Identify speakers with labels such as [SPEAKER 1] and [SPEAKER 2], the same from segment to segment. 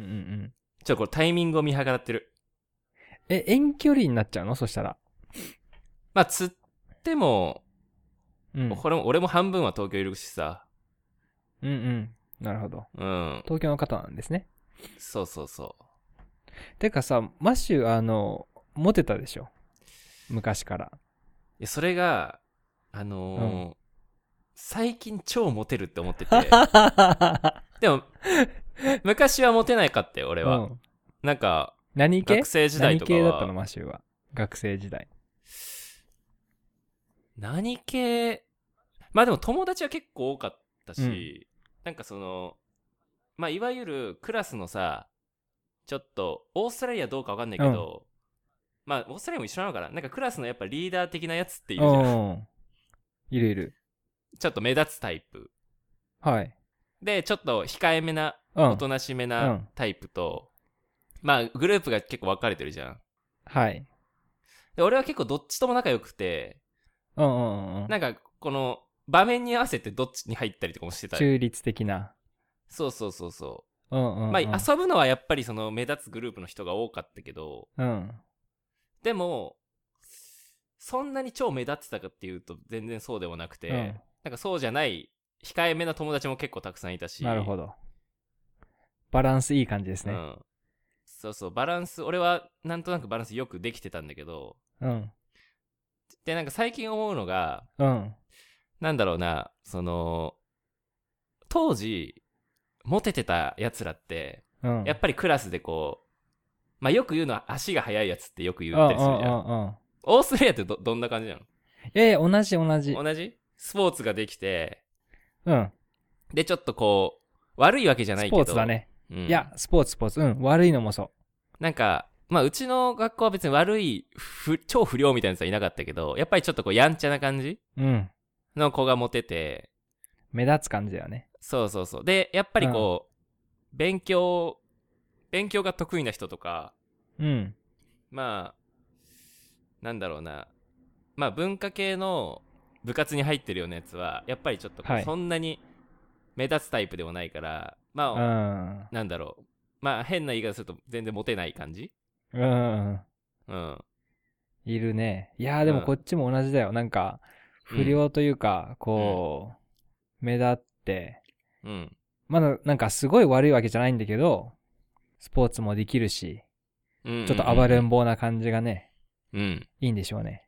[SPEAKER 1] ちょっとこれタイミングを見計らってる。
[SPEAKER 2] え、遠距離になっちゃうのそしたら。
[SPEAKER 1] まあ、釣っても、
[SPEAKER 2] うん。うん
[SPEAKER 1] これも、俺も半分は東京いるしさ。
[SPEAKER 2] うん。なるほど。
[SPEAKER 1] うん。
[SPEAKER 2] 東京の方なんですね。
[SPEAKER 1] そうそうそう。
[SPEAKER 2] てかさ、マッシュ、あの、モテたでしょ。昔 から。
[SPEAKER 1] いや、それが、あのー
[SPEAKER 2] う
[SPEAKER 1] 最近超モテるって思っ てて。でも、昔はモテないかって、俺は。
[SPEAKER 2] うん
[SPEAKER 1] なんか、
[SPEAKER 2] 何系
[SPEAKER 1] 学生時代
[SPEAKER 2] 何
[SPEAKER 1] とか
[SPEAKER 2] 系だったの
[SPEAKER 1] は。
[SPEAKER 2] マシューは。学生時代。
[SPEAKER 1] 何系まあでも友達は結構多かったし、なんかその、まあいわゆるクラスのさ、ちょっと、オーストラリアどうかわかんないけど、まあオーストラリアも一緒なのかななんかクラスのやっぱリーダー的なやつっていうじゃん。
[SPEAKER 2] うん。いるいる。
[SPEAKER 1] ちょっと目立つタイプ。
[SPEAKER 2] はい。
[SPEAKER 1] で、ちょっと控えめな
[SPEAKER 2] うん。
[SPEAKER 1] おとなしめ
[SPEAKER 2] う
[SPEAKER 1] なんタイプと、まあグループが結構分かれてるじゃん。
[SPEAKER 2] はい。
[SPEAKER 1] で俺は結構どっちとも仲良くて、
[SPEAKER 2] うんうんうんうん。
[SPEAKER 1] なんかこの場面に合わせてどっちに入ったりとかもしてた。
[SPEAKER 2] 中立的な。
[SPEAKER 1] そうそうそうそ
[SPEAKER 2] うんうん、う
[SPEAKER 1] う。
[SPEAKER 2] ん。
[SPEAKER 1] まあ遊ぶのはやっぱりその目立つグループの人が多かったけど、
[SPEAKER 2] うん。
[SPEAKER 1] でも、そんなに超目立ってたかっていうと全然そうでもなくて、
[SPEAKER 2] うん
[SPEAKER 1] なんかそうじゃない控えめな友達も結構たくさんいたし、
[SPEAKER 2] なるほど。バランスいい感じです
[SPEAKER 1] う
[SPEAKER 2] ね。
[SPEAKER 1] ん。そうそう、バランス、俺はなんとなくバランスよくできてたんだけど、
[SPEAKER 2] うん。
[SPEAKER 1] で、なんか最近思うのが、
[SPEAKER 2] うん。
[SPEAKER 1] なんだろうな、その、当時、モテてたやつらって、
[SPEAKER 2] うん。
[SPEAKER 1] やっ
[SPEAKER 2] ぱ
[SPEAKER 1] ぱりクラスでこう、まあよく言うのは足が速いやつってよく言ったりするじゃん。
[SPEAKER 2] うんうんうん。
[SPEAKER 1] オーストラリアってどどんな感じな
[SPEAKER 2] ええ同じ同じ
[SPEAKER 1] の。同じスポーツができて、
[SPEAKER 2] うん。
[SPEAKER 1] で、ちょっとこう、悪いわけじゃない
[SPEAKER 2] ス
[SPEAKER 1] け
[SPEAKER 2] ポ
[SPEAKER 1] ど。
[SPEAKER 2] ーツだね。
[SPEAKER 1] うん。
[SPEAKER 2] いや、スポーツスポーツ。うん。悪いのもそ
[SPEAKER 1] なんか、まあうちの学校は別に悪い、ふ超不良みたいなやつはいなかったけど、やっぱりちょっとこう、やんちゃな感じ
[SPEAKER 2] う。うん。
[SPEAKER 1] の子がモテて、
[SPEAKER 2] 目立つ感じだよね。
[SPEAKER 1] そうそうそう。で、やっぱりこう、勉強、勉強が得意な人とか、
[SPEAKER 2] うん。
[SPEAKER 1] まあ、なんだろうな、まあ文化系の部活に入ってるようなやつは、やっぱりちょっとこう、
[SPEAKER 2] はい
[SPEAKER 1] そんなに目立つタイプでもないから、ま
[SPEAKER 2] う
[SPEAKER 1] あ、
[SPEAKER 2] ん。
[SPEAKER 1] なんだろう、まあ変な言い方すると全然モテない感じ
[SPEAKER 2] うん。
[SPEAKER 1] うん。
[SPEAKER 2] いるね。いやーでもこっちも同じだよ。なんか、不良というか、こう、目立って、
[SPEAKER 1] うん。
[SPEAKER 2] まだなんかすごい悪いわけじゃないんだけど、スポーツもできるし、
[SPEAKER 1] うん
[SPEAKER 2] ちょっと暴れん。坊な感じがね、
[SPEAKER 1] うん。
[SPEAKER 2] いいんでしょうね。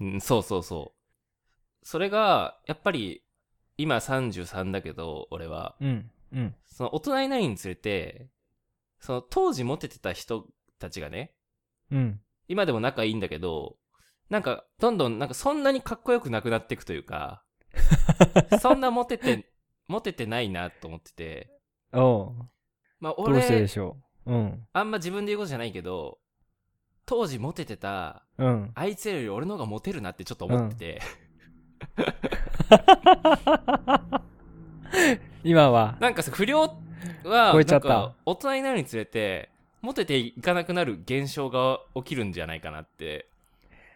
[SPEAKER 1] うん、そうそうそう。それが、やっぱり、今33だけど、俺は。
[SPEAKER 2] うん。うん。
[SPEAKER 1] その大人になるにつれて、その当時モテてた人たちがね、
[SPEAKER 2] うん。
[SPEAKER 1] 今でも仲いいんだけど、なんか、どんどん、なんかそんなにかっこよくなくなっていくとい うか、そんなモテて、モテてないなと思ってて、
[SPEAKER 2] おう。
[SPEAKER 1] まあ
[SPEAKER 2] どうしてで
[SPEAKER 1] 俺、
[SPEAKER 2] しょう。うん。
[SPEAKER 1] あんま自分で言うことじゃないけど、当時モテてた、
[SPEAKER 2] うん。
[SPEAKER 1] あいつらより俺の方がモテるなってちょっと思ってて、
[SPEAKER 2] 今は、
[SPEAKER 1] なんかさ、不良は、
[SPEAKER 2] 超えち
[SPEAKER 1] な
[SPEAKER 2] ゃった
[SPEAKER 1] んか大人になるにつれて、モテていかなくなる現象が起きるんじゃないかなって、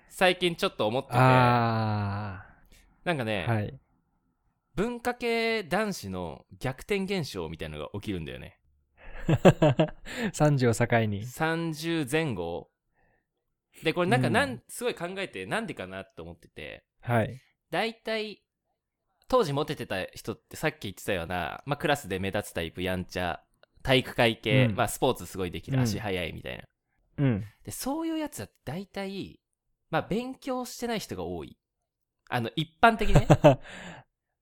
[SPEAKER 1] 最近ちょっと思ってて、な
[SPEAKER 2] あ
[SPEAKER 1] んかね、
[SPEAKER 2] ー。はい。
[SPEAKER 1] 文化系男子の逆転現象みたいなのが起きるんだよね。
[SPEAKER 2] 30を境に。
[SPEAKER 1] 30前後。で、これなんか
[SPEAKER 2] うん
[SPEAKER 1] なん、すごい考えて、なんでかなって思ってて、
[SPEAKER 2] はい。
[SPEAKER 1] 大体、当時モテてた人ってさっき言ってたような、まあクラスで目立つタイプ、やんちゃ、体育会系、
[SPEAKER 2] うん
[SPEAKER 1] まあスポーツすごいでき
[SPEAKER 2] う
[SPEAKER 1] る、
[SPEAKER 2] ん
[SPEAKER 1] 足速いみたいな。
[SPEAKER 2] うん。
[SPEAKER 1] で、そういうやつだって大体、まあ、勉強してない人が多い。あの、一般的 ね。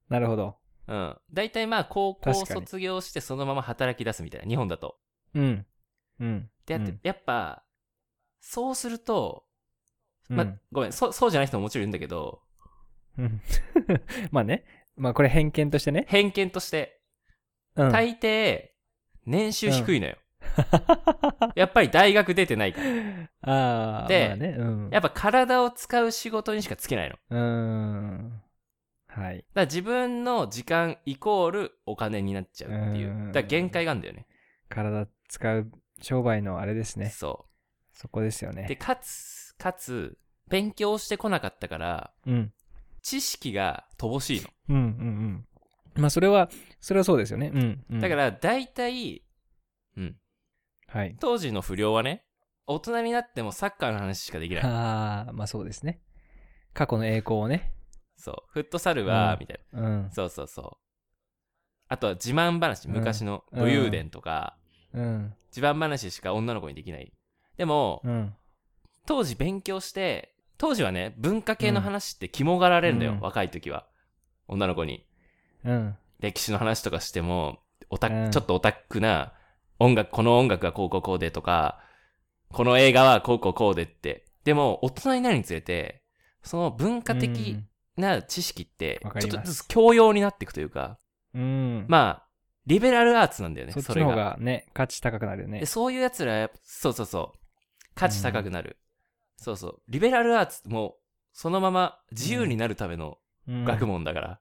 [SPEAKER 2] なるほど。
[SPEAKER 1] うん。大体まあ、高校
[SPEAKER 2] 確かに
[SPEAKER 1] 卒業してそのまま働き出すみたいな、日本だと。
[SPEAKER 2] うん。うん。
[SPEAKER 1] で、やって、
[SPEAKER 2] うん
[SPEAKER 1] やっぱ、そうすると、まあ、
[SPEAKER 2] うん
[SPEAKER 1] ごめん、そう、そうじゃない人ももちろんいるんだけど、
[SPEAKER 2] うん。 まあね。まあこれ偏見としてね。
[SPEAKER 1] 偏見として、
[SPEAKER 2] うん。
[SPEAKER 1] 大抵、年収低いのよ。やっぱり大学出てないから。
[SPEAKER 2] ああ。
[SPEAKER 1] で
[SPEAKER 2] まあね。うん。
[SPEAKER 1] やっぱ体を使う仕事にしかつけないの。だか
[SPEAKER 2] うーん。はい。
[SPEAKER 1] ら自分の時間イコールお金になっちゃうっていうう。
[SPEAKER 2] ん
[SPEAKER 1] だから限界があるんだよね。
[SPEAKER 2] 体使う商売のあれですね。
[SPEAKER 1] そ
[SPEAKER 2] そこですよ
[SPEAKER 1] う。で、
[SPEAKER 2] ね。
[SPEAKER 1] かつ、かつ、勉強してこなかったから、
[SPEAKER 2] うん。
[SPEAKER 1] 知識が乏しいの。
[SPEAKER 2] うんうんうん。まあそれは、それはそうですよね。うん。うん
[SPEAKER 1] だか、ら、大体、うん。
[SPEAKER 2] はい。
[SPEAKER 1] 当時の不良はね、大人になってもサッカーの話しかできない。
[SPEAKER 2] ああ、まあそうですね。過去の栄光をね。
[SPEAKER 1] そう。フットサルは
[SPEAKER 2] う、ん
[SPEAKER 1] みたい
[SPEAKER 2] うん
[SPEAKER 1] な。。そうそうそう。あとは自慢話、
[SPEAKER 2] うん
[SPEAKER 1] 昔の武勇伝とか、
[SPEAKER 2] うん。
[SPEAKER 1] 自慢話しか女の子にできない。でも、
[SPEAKER 2] うん。
[SPEAKER 1] 当時勉強して、当時はね、文化系の話って肝がられるんだよ、
[SPEAKER 2] うん
[SPEAKER 1] 若い時は。女の子に。
[SPEAKER 2] うん。
[SPEAKER 1] 歴史の話とかしても、オタク
[SPEAKER 2] うん
[SPEAKER 1] ちょっとオタクな音楽、この音楽はこうこうこうでとか、この映画はこうこうこうでって。でも、大人になるにつれて、その文化的な知識って
[SPEAKER 2] うんわ、か
[SPEAKER 1] ち
[SPEAKER 2] り
[SPEAKER 1] ょ
[SPEAKER 2] ま
[SPEAKER 1] っ
[SPEAKER 2] す
[SPEAKER 1] とずつ教養になっていくというか、
[SPEAKER 2] うん。うん。ま
[SPEAKER 1] まあ、リベラルアーツなんだよね、
[SPEAKER 2] そ
[SPEAKER 1] そ
[SPEAKER 2] っち
[SPEAKER 1] れ
[SPEAKER 2] の方
[SPEAKER 1] が。
[SPEAKER 2] がね、価値高くなるよね
[SPEAKER 1] で。そういうやつらはやっぱ、そうそうそう、価値高くなる。そうそう。リベラルアーツも、そのまま自由になるための
[SPEAKER 2] うん
[SPEAKER 1] 学問だから。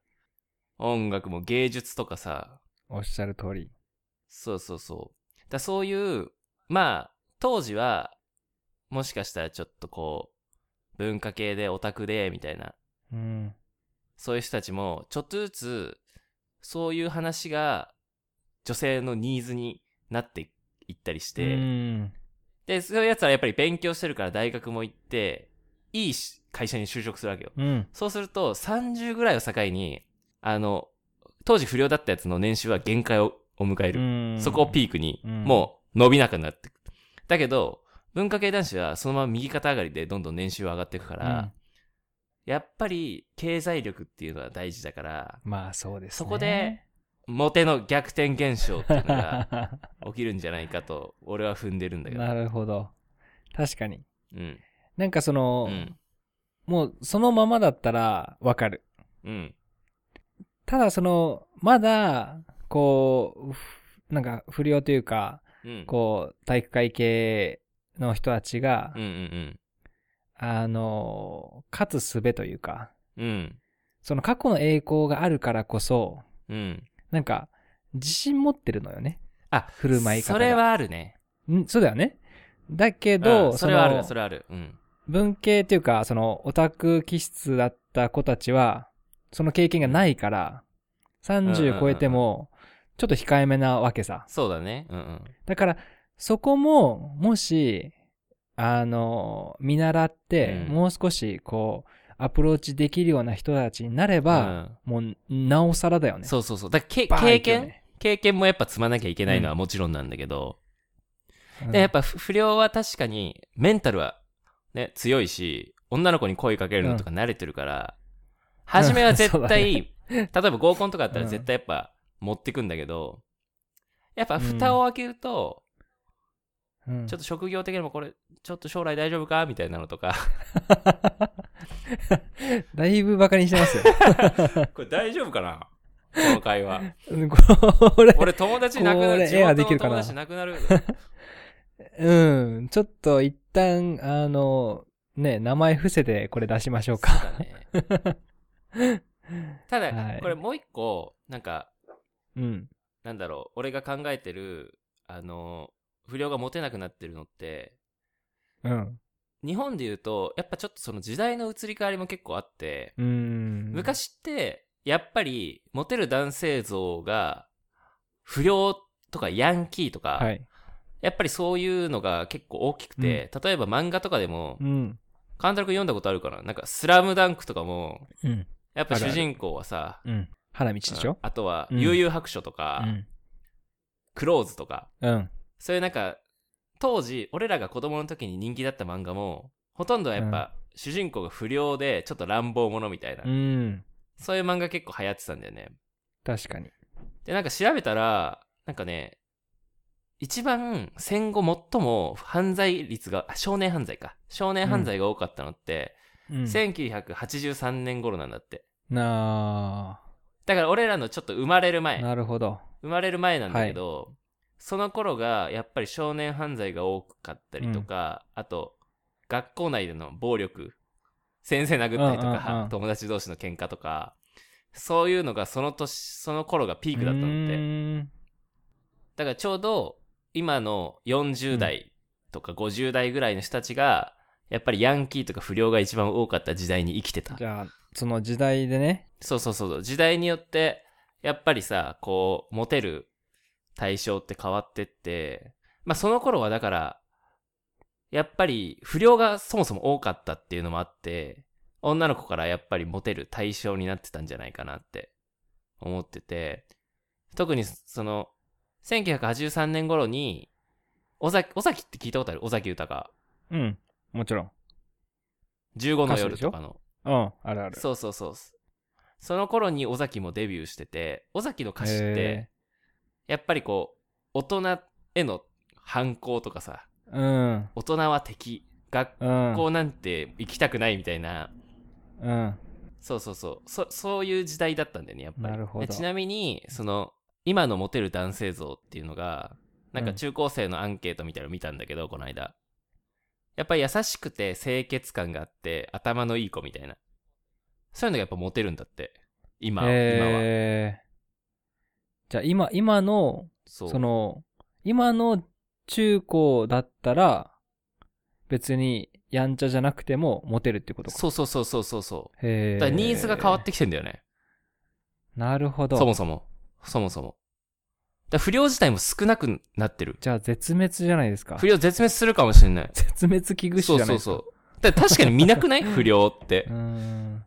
[SPEAKER 1] 音楽も芸術とかさ、
[SPEAKER 2] おっしゃる通り。
[SPEAKER 1] そうそうそう。だそういう、まあ、当時は、もしかしたらちょっとこう、文化系でオタクで、みたいな、
[SPEAKER 2] うん。
[SPEAKER 1] そういう人たちも、ちょっとずつ、そういう話が、女性のニーズになっていったりして、
[SPEAKER 2] うん。
[SPEAKER 1] で、そういうやつはやっぱり勉強してるから大学も行って、いいし会社に就職するわけよ。
[SPEAKER 2] うん。
[SPEAKER 1] そうすると、30ぐらいを境に、あの、当時不良だったやつの年収は限界をを迎える。
[SPEAKER 2] うん
[SPEAKER 1] そこをピークに、
[SPEAKER 2] うん
[SPEAKER 1] もう伸びなくなってくる。だけど、文化系男子はそのまま右肩上がりでどんどん年収は上がっていくから、やっぱり経済力っていうのは大事だから、
[SPEAKER 2] うんまあそうですね。
[SPEAKER 1] そこ で、モテの逆転現象っていうのが起きるんじゃないかと、俺は踏んでるんだけど。
[SPEAKER 2] なるほど。確かに。
[SPEAKER 1] うん。
[SPEAKER 2] なんかそうの、
[SPEAKER 1] ん。
[SPEAKER 2] もうそのままだったらわかる。
[SPEAKER 1] うん。
[SPEAKER 2] ただその、まだ、こうふ、なんか不良というか、
[SPEAKER 1] うん。
[SPEAKER 2] こう、体育会系の人たちが
[SPEAKER 1] うん。、うん。
[SPEAKER 2] あの、勝つ術というか、
[SPEAKER 1] うん。うん。
[SPEAKER 2] その過去の栄光があるからこそ、
[SPEAKER 1] うん。
[SPEAKER 2] なんか、自信持ってるのよね。
[SPEAKER 1] あ、
[SPEAKER 2] 振る舞い方
[SPEAKER 1] そ
[SPEAKER 2] が。
[SPEAKER 1] れはあるね。
[SPEAKER 2] ん。そうだよね。だけど、
[SPEAKER 1] うんそれはある、
[SPEAKER 2] の
[SPEAKER 1] それはある。うん。
[SPEAKER 2] 文系というか、そのオタク気質だった子たちは、その経験がないから、30超えても、ちょっと控えめなわけさ。
[SPEAKER 1] そうだね。うんうん。
[SPEAKER 2] だから、そこも、もし、あの、見習って、
[SPEAKER 1] うん
[SPEAKER 2] もう少し、こう、アプローチできるような人たちになれば、もう、なおさらだよ
[SPEAKER 1] うん
[SPEAKER 2] ね。
[SPEAKER 1] そうそうそう。だからけ
[SPEAKER 2] バーン
[SPEAKER 1] 経
[SPEAKER 2] いくよ
[SPEAKER 1] 験、
[SPEAKER 2] ね
[SPEAKER 1] 経験もやっぱ積まなきゃいけないのはもちろんなんだけど、でやっぱ不不良は確かにメンタルは、ね、強いし女の子に声かけるのとか慣れてるから、初め は絶対、例えば合コンとかだったら
[SPEAKER 2] うん
[SPEAKER 1] 絶対やっぱ持ってくんだけど、やっぱ蓋を開けると、
[SPEAKER 2] うん、うん
[SPEAKER 1] ちょっと職業的にもこれちょっと将来大丈夫かみたいなの とか
[SPEAKER 2] だいぶバカにして ますよ。
[SPEAKER 1] これ大丈夫かなこの会話
[SPEAKER 2] うんこれ、
[SPEAKER 1] 俺友達なくな
[SPEAKER 2] こ
[SPEAKER 1] る
[SPEAKER 2] れ絵
[SPEAKER 1] 地元
[SPEAKER 2] は
[SPEAKER 1] の
[SPEAKER 2] できるか
[SPEAKER 1] 友
[SPEAKER 2] な
[SPEAKER 1] 達なくなる
[SPEAKER 2] うん、ちょっと一旦、あの、ね、名前伏せてこれ出しましょうか。
[SPEAKER 1] そうだねただ、
[SPEAKER 2] はい
[SPEAKER 1] これもう一個なんか
[SPEAKER 2] うん。
[SPEAKER 1] なんだろう、俺が考えてる、あの、不良がモテなくなってるのって、
[SPEAKER 2] うん。
[SPEAKER 1] 日本で言うと、やっぱちょっとその時代の移り変わりも結構あって、
[SPEAKER 2] うん。
[SPEAKER 1] 昔って、やっぱり、モテる男性像が、不良とかヤンキーとか、
[SPEAKER 2] はい。
[SPEAKER 1] やっぱりそういうのが結構大きくて、例えば漫画とかでも
[SPEAKER 2] う、ん。
[SPEAKER 1] カンタル君読んだことあるかななんか、スラムダンクとかも、
[SPEAKER 2] うん。
[SPEAKER 1] やっぱ
[SPEAKER 2] あるあ
[SPEAKER 1] 主
[SPEAKER 2] る
[SPEAKER 1] 人公はさ、
[SPEAKER 2] うん。花道でしょ
[SPEAKER 1] あとは、
[SPEAKER 2] うん
[SPEAKER 1] 悠々白書と
[SPEAKER 2] う
[SPEAKER 1] か、
[SPEAKER 2] ん。
[SPEAKER 1] クローズとか、
[SPEAKER 2] うん。
[SPEAKER 1] そういうなんか、当時、俺らが子供の時に人気だった漫画も、ほとんどはやっぱ、主人公が不良で、ちょっと乱暴者みたいな、
[SPEAKER 2] うん。
[SPEAKER 1] そういう漫画結構流行ってたんだよね。
[SPEAKER 2] 確かに。
[SPEAKER 1] で、なんか調べたら、なんかね、一番戦後最も犯罪率が、あ少年犯罪か。少年犯罪が多かったのって、
[SPEAKER 2] うん。
[SPEAKER 1] 1983年頃なんだって。
[SPEAKER 2] な
[SPEAKER 1] だから俺らのちょっと生まれる
[SPEAKER 2] あ、
[SPEAKER 1] 前、
[SPEAKER 2] なるほど。
[SPEAKER 1] 生まれる前なんだけど、その頃がやっぱり少年犯罪が多かったりとか、あと学校内での暴力先生殴ったりとか、
[SPEAKER 2] うんうんうん
[SPEAKER 1] 友達同士の喧嘩とかそういうのがその年その頃がピ
[SPEAKER 2] ピ
[SPEAKER 1] ークだったのって
[SPEAKER 2] て。
[SPEAKER 1] だからちょうど今の40代とか50代ぐらいの人たちが、やっぱりヤンキーとか不良が一番多かった時代に生きてた
[SPEAKER 2] じゃあ、その時代でね。
[SPEAKER 1] そうそうそうそう。時代によって、やっぱりさ、こう、モテる対象って変わってって、まあその頃はだから、やっぱり不良がそもそも多かったっていうのもあって、女の子からやっぱりモテる対象になってたんじゃないかなって思ってて、特にその、1983年頃に、尾崎、尾崎って聞いたことある尾崎豊。
[SPEAKER 2] うん。もちろん。
[SPEAKER 1] 15の
[SPEAKER 2] 歌手
[SPEAKER 1] 夜
[SPEAKER 2] でしょ
[SPEAKER 1] とかの。
[SPEAKER 2] うん。あるある。
[SPEAKER 1] そうそうそう。その頃に尾崎もデビューしてて、尾崎の歌詞って
[SPEAKER 2] へ、
[SPEAKER 1] やっぱりこう、大人への反抗とかさ、
[SPEAKER 2] うん。
[SPEAKER 1] 大人は敵、学
[SPEAKER 2] うん。
[SPEAKER 1] 校なんて行きたくないみたいな、
[SPEAKER 2] うん。
[SPEAKER 1] そうそうそう、そそういう時代だったんだよね、やっぱり。
[SPEAKER 2] なるほど
[SPEAKER 1] ちなみに、その、今のモテる男性像っていうのが、なんか中高生のアンケートみたいなの見たんだけど、この間。やっぱり優しくて清潔感があって、頭のいい子みたいな。そういうのがやっぱモテるんだって。今、今は。
[SPEAKER 2] えーじゃあ今、今の、
[SPEAKER 1] そう。
[SPEAKER 2] その、今の中高だったら、別にやんちゃじゃなくてもモテるってことか。
[SPEAKER 1] そうそうそうそうそうそう。
[SPEAKER 2] へ
[SPEAKER 1] だ
[SPEAKER 2] ー
[SPEAKER 1] からニーズが変わってきてんだよね。
[SPEAKER 2] なるほど。
[SPEAKER 1] そもそも。そもそも。だから不良自体も少なくなってる。
[SPEAKER 2] じゃあ絶滅じゃないですか
[SPEAKER 1] 不。良絶滅するかもしれない。
[SPEAKER 2] 絶滅危惧種じ
[SPEAKER 1] そ
[SPEAKER 2] ゃ
[SPEAKER 1] う
[SPEAKER 2] ない
[SPEAKER 1] そう
[SPEAKER 2] ですか。
[SPEAKER 1] そう。だから確かに見なくない 不良って
[SPEAKER 2] う。ん。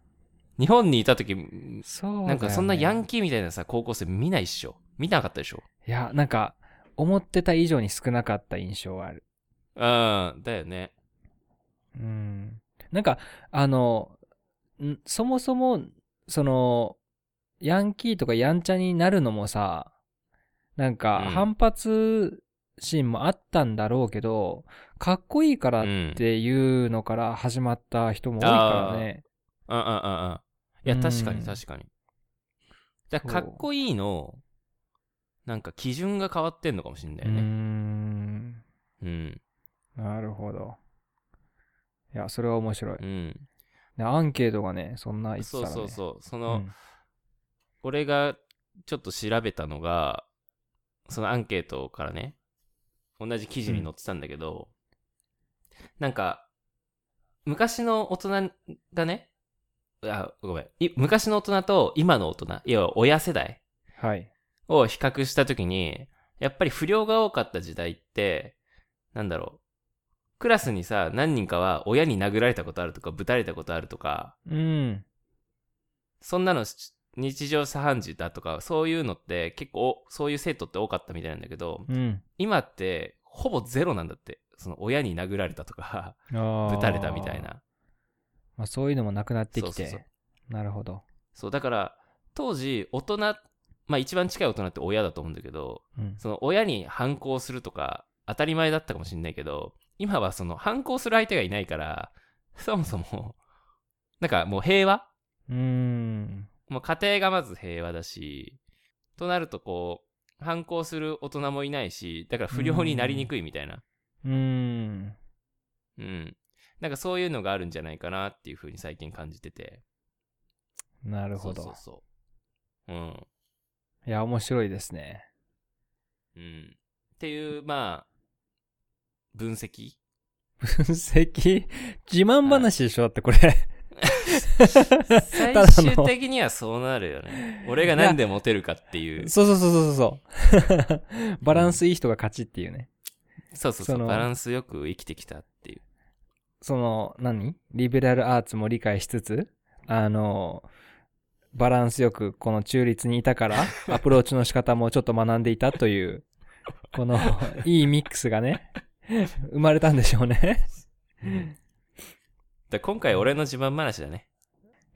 [SPEAKER 1] 日本にいた時、
[SPEAKER 2] そうだよね
[SPEAKER 1] なんかそんなヤンキーみたいなさ、高校生見ないっしょ。見なかったでしょ。
[SPEAKER 2] いや、なんか、思ってた以上に少なかった印象はある。
[SPEAKER 1] うん、だよね。
[SPEAKER 2] うん。なんか、あの、んそもそも、その、ヤンキーとかやんちゃになるのもさ、なんか、
[SPEAKER 1] うん
[SPEAKER 2] 反発心もあったんだろうけど、かっこいいから
[SPEAKER 1] う
[SPEAKER 2] っ
[SPEAKER 1] ん。
[SPEAKER 2] ていうのから始まった人も多いからね。
[SPEAKER 1] うんうんうんうん。いや、
[SPEAKER 2] うん
[SPEAKER 1] 確かに確かに。だからか
[SPEAKER 2] そう
[SPEAKER 1] っこいいの、なんか基準が変わってんのかもしれないう
[SPEAKER 2] ー
[SPEAKER 1] よね。
[SPEAKER 2] ん。
[SPEAKER 1] うん。
[SPEAKER 2] なるほど。いや、それは面白い。
[SPEAKER 1] うん。
[SPEAKER 2] ねアンケートがね、そんな言ってたら、
[SPEAKER 1] そう
[SPEAKER 2] ね。
[SPEAKER 1] そうそう。そ
[SPEAKER 2] うん。
[SPEAKER 1] の、俺がちょっと調べたのが、そのアンケートからね、同じ記事に載ってたんだけど、なんか、昔の大人がね、あ、ごめん。い昔の大人と今の大人、いわば親世代
[SPEAKER 2] はい。
[SPEAKER 1] を比較したときに、やっぱり不良が多かった時代って、なんだろう。クラスにさ、何人かは親に殴られたことあるとか、ぶたれたことあるとか、
[SPEAKER 2] うん。
[SPEAKER 1] そんなのし日常茶飯事だとか、そういうのって結構、そういう生徒って多かったみたいなんだけど、
[SPEAKER 2] うん。
[SPEAKER 1] 今ってほぼゼロなんだって。その親に殴られたとか、ぶ
[SPEAKER 2] ぶ
[SPEAKER 1] たれたみたい。な。
[SPEAKER 2] まあ、そういうのもなくなってきて。
[SPEAKER 1] そうそうそう
[SPEAKER 2] なるほど。
[SPEAKER 1] そう、だから、当時、大人、まあ一番近い大人って親だと思うんだけど、
[SPEAKER 2] うん、
[SPEAKER 1] その親に反抗するとか、当たり前だったかもしれないけど、今はその反抗する相手がいないから、そもそも、なんかもう平和
[SPEAKER 2] うーん。
[SPEAKER 1] もう家庭がまず平和だし、となるとこう、反抗する大人もいないし、だから不良になりにくいみたいな。
[SPEAKER 2] うーん。
[SPEAKER 1] うん。なんかそういうのがあるんじゃないかなっていうふうに最近感じてて。
[SPEAKER 2] なるほど。
[SPEAKER 1] そうそうそう。うん。
[SPEAKER 2] いや、面白いですね。
[SPEAKER 1] うん。っていう、まあ、分析
[SPEAKER 2] 分析自慢話でしょだってこれ。
[SPEAKER 1] 最
[SPEAKER 2] ただ
[SPEAKER 1] 終
[SPEAKER 2] の
[SPEAKER 1] 的にはそうなるよね。俺が何でモテるかってい う。
[SPEAKER 2] そうそうそうそうそう。 バランスいい人が勝ちっていうね。
[SPEAKER 1] そうそうそ。
[SPEAKER 2] そうの
[SPEAKER 1] バランスよく生きてきたっていう。
[SPEAKER 2] その、何リベラルアーツも理解しつつ、あの、バランスよくこの中立にいたから、アプローチの仕方もちょっと学んでいたという、この、いいミックスがね、生まれたんでしょうね。
[SPEAKER 1] だから今回俺の自慢話だね。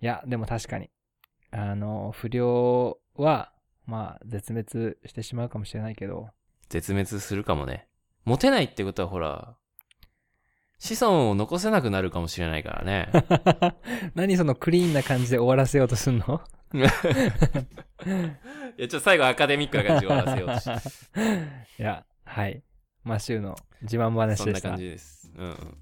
[SPEAKER 2] いや、でも確かに。あの、不良は、まあ、絶滅してしまうかもしれないけど、
[SPEAKER 1] 絶滅するかもね。モテないってことはほら、子孫を残せなくなるかもしれないから ね。
[SPEAKER 2] 何そのクリーンな感じで終わらせようとすんの
[SPEAKER 1] いや、ちょっと最後アカデミックな感じで終わらせようとし
[SPEAKER 2] いや、はい。マシューの自慢
[SPEAKER 1] て。
[SPEAKER 2] 話
[SPEAKER 1] そん
[SPEAKER 2] で
[SPEAKER 1] な
[SPEAKER 2] した
[SPEAKER 1] 感。じです。うんうん。